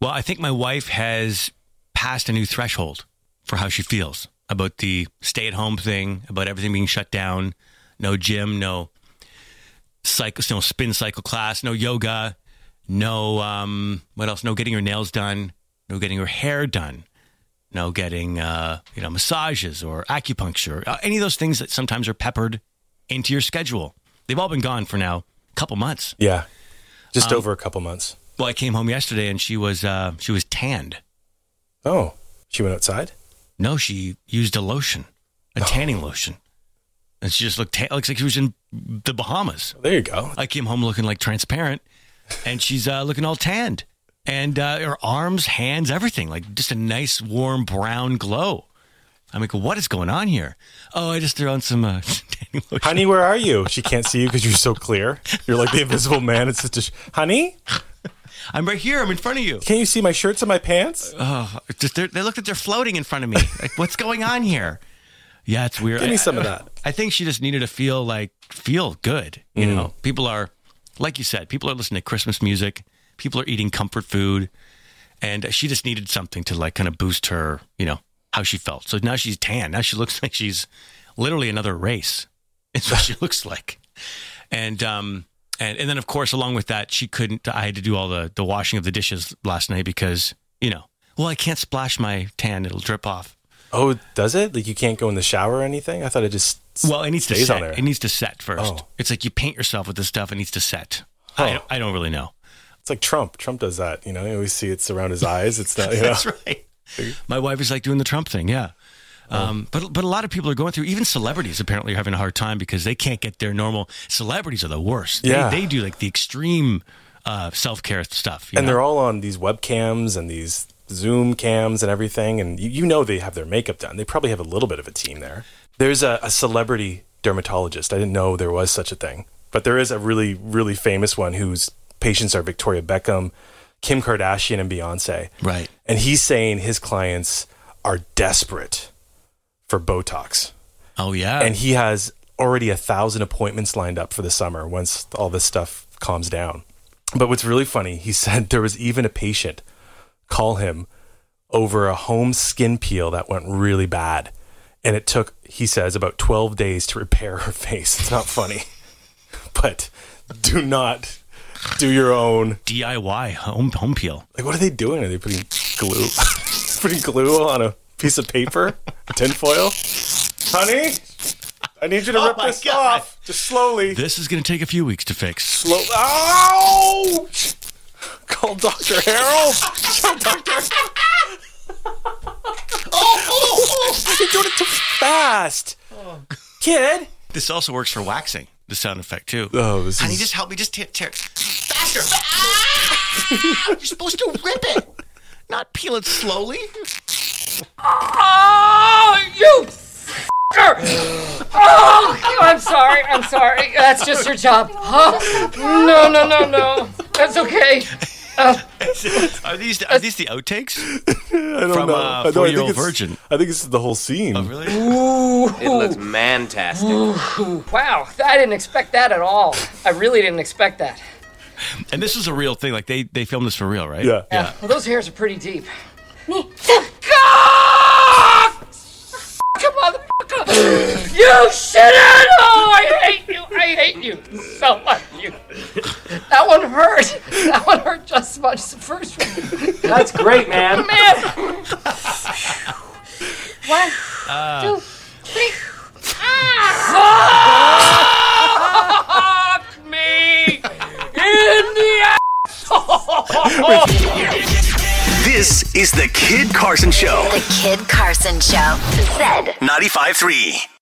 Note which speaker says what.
Speaker 1: Well, I think my wife has passed a new threshold for how she feels about the stay at home thing, about everything being shut down, no gym, no cycle, no spin cycle class, no yoga, no um, what else? No getting your nails done, no getting your hair done, no getting uh, you know massages or acupuncture, uh, any of those things that sometimes are peppered into your schedule. They've all been gone for now, a couple months.
Speaker 2: Yeah. Just over a couple months.
Speaker 1: Well, I came home yesterday and she was uh, she was tanned.
Speaker 2: Oh, she went outside?
Speaker 1: No, she used a lotion, a tanning lotion, and she just looked ta- looks like she was in the Bahamas.
Speaker 2: There you go.
Speaker 1: I came home looking like transparent, and she's uh, looking all tanned, and uh, her arms, hands, everything like just a nice warm brown glow. I'm like, what is going on here? Oh, I just threw on some uh, tanning lotion.
Speaker 2: Honey, where are you? She can't see you because you're so clear. You're like the invisible man. It's such a. Sh- Honey,
Speaker 1: I'm right here. I'm in front of you.
Speaker 2: can you see my shirts and my pants?
Speaker 1: Oh, it's just, they're- they look like they're floating in front of me. Like, what's going on here? Yeah, it's weird.
Speaker 2: Give me
Speaker 1: I-
Speaker 2: some of that.
Speaker 1: I think she just needed to feel like feel good. You
Speaker 2: Mm.
Speaker 1: know, people are like you said, people are listening to Christmas music, people are eating comfort food, and she just needed something to like kind of boost her, you know, how she felt. So now she's tan. Now she looks like she's literally another race. It's what she looks like. And um and and then of course along with that she couldn't I had to do all the the washing of the dishes last night because, you know, well I can't splash my tan, it'll drip off.
Speaker 2: Oh, does it? Like you can't go in the shower or anything? I thought it just.
Speaker 1: Well, it needs to
Speaker 2: stays
Speaker 1: set.
Speaker 2: on there.
Speaker 1: It needs to set first.
Speaker 2: Oh.
Speaker 1: It's like you paint yourself with this stuff. It needs to set.
Speaker 2: Huh.
Speaker 1: I, don't, I don't really know.
Speaker 2: It's like Trump. Trump does that. You know, you always see it's around his eyes. It's not. You know.
Speaker 1: That's right. My wife is like doing the Trump thing. Yeah.
Speaker 2: Oh.
Speaker 1: Um, but but a lot of people are going through. Even celebrities apparently are having a hard time because they can't get their normal. Celebrities are the worst. They-
Speaker 2: Yeah.
Speaker 1: They, do like the extreme uh, self care stuff. you
Speaker 2: and
Speaker 1: know?
Speaker 2: they're all on these webcams and these Zoom cams and everything. And you, you know they have their makeup done. They probably have a little bit of a team there. There's a, a celebrity dermatologist. I didn't know there was such a thing, but there is a really, really famous one whose patients are Victoria Beckham, Kim Kardashian, and Beyonce.
Speaker 1: right.
Speaker 2: And he's saying his clients are desperate for Botox.
Speaker 1: Oh yeah.
Speaker 2: And he has already a thousand appointments lined up for the summer once all this stuff calms down. But what's really funny, he said there was even a patient call him over a home skin peel that went really bad. And it took, he says, about 12 days to repair her face. It's not funny, but do not do your own.
Speaker 1: DIY home home peel.
Speaker 2: Like, what are they doing? Are they putting glue, putting glue on a piece of paper, tinfoil? Honey, I need you to rip
Speaker 1: Oh my
Speaker 2: this
Speaker 1: God.
Speaker 2: off, just slowly.
Speaker 1: This is going to take a few weeks to fix.
Speaker 2: Slow. Ow! Call Dr. Harold. Call Dr. oh, you're doing it too fast, kid.
Speaker 1: This also works for waxing. The sound effect too.
Speaker 2: Oh, this
Speaker 1: Honey,
Speaker 2: is-
Speaker 1: just help me. Just tear, tear. faster. Ah! You're supposed to rip it, not peel it slowly.
Speaker 3: Oh, you f***er! Oh, I'm sorry. I'm sorry. That's just your job. Oh, no, no, no, no. That's okay.
Speaker 1: Are these are these the outtakes?
Speaker 2: I don't
Speaker 1: From,
Speaker 2: know.
Speaker 1: uh,
Speaker 2: I know, I
Speaker 1: four-year-old
Speaker 2: think it's-
Speaker 1: virgin.
Speaker 2: I think this is the whole scene.
Speaker 1: Really?
Speaker 4: It looks mantastic.
Speaker 3: Wow, I didn't expect that at all. I really didn't expect that.
Speaker 1: And this is a real thing. Like they they filmed this for real, right?
Speaker 2: Yeah.
Speaker 1: Yeah.
Speaker 3: Well, those hairs are pretty deep. Come on, you shithead! Oh, I hate you! I hate you so much. You. That one hurt. That one hurt just as much as the first one.
Speaker 4: That's great, man.
Speaker 3: Man,
Speaker 5: One, two, three.
Speaker 3: Ah! fuck me in the
Speaker 6: This is the Kid Carson Show.
Speaker 5: The Kid Carson Show. Zed.
Speaker 6: 95.3.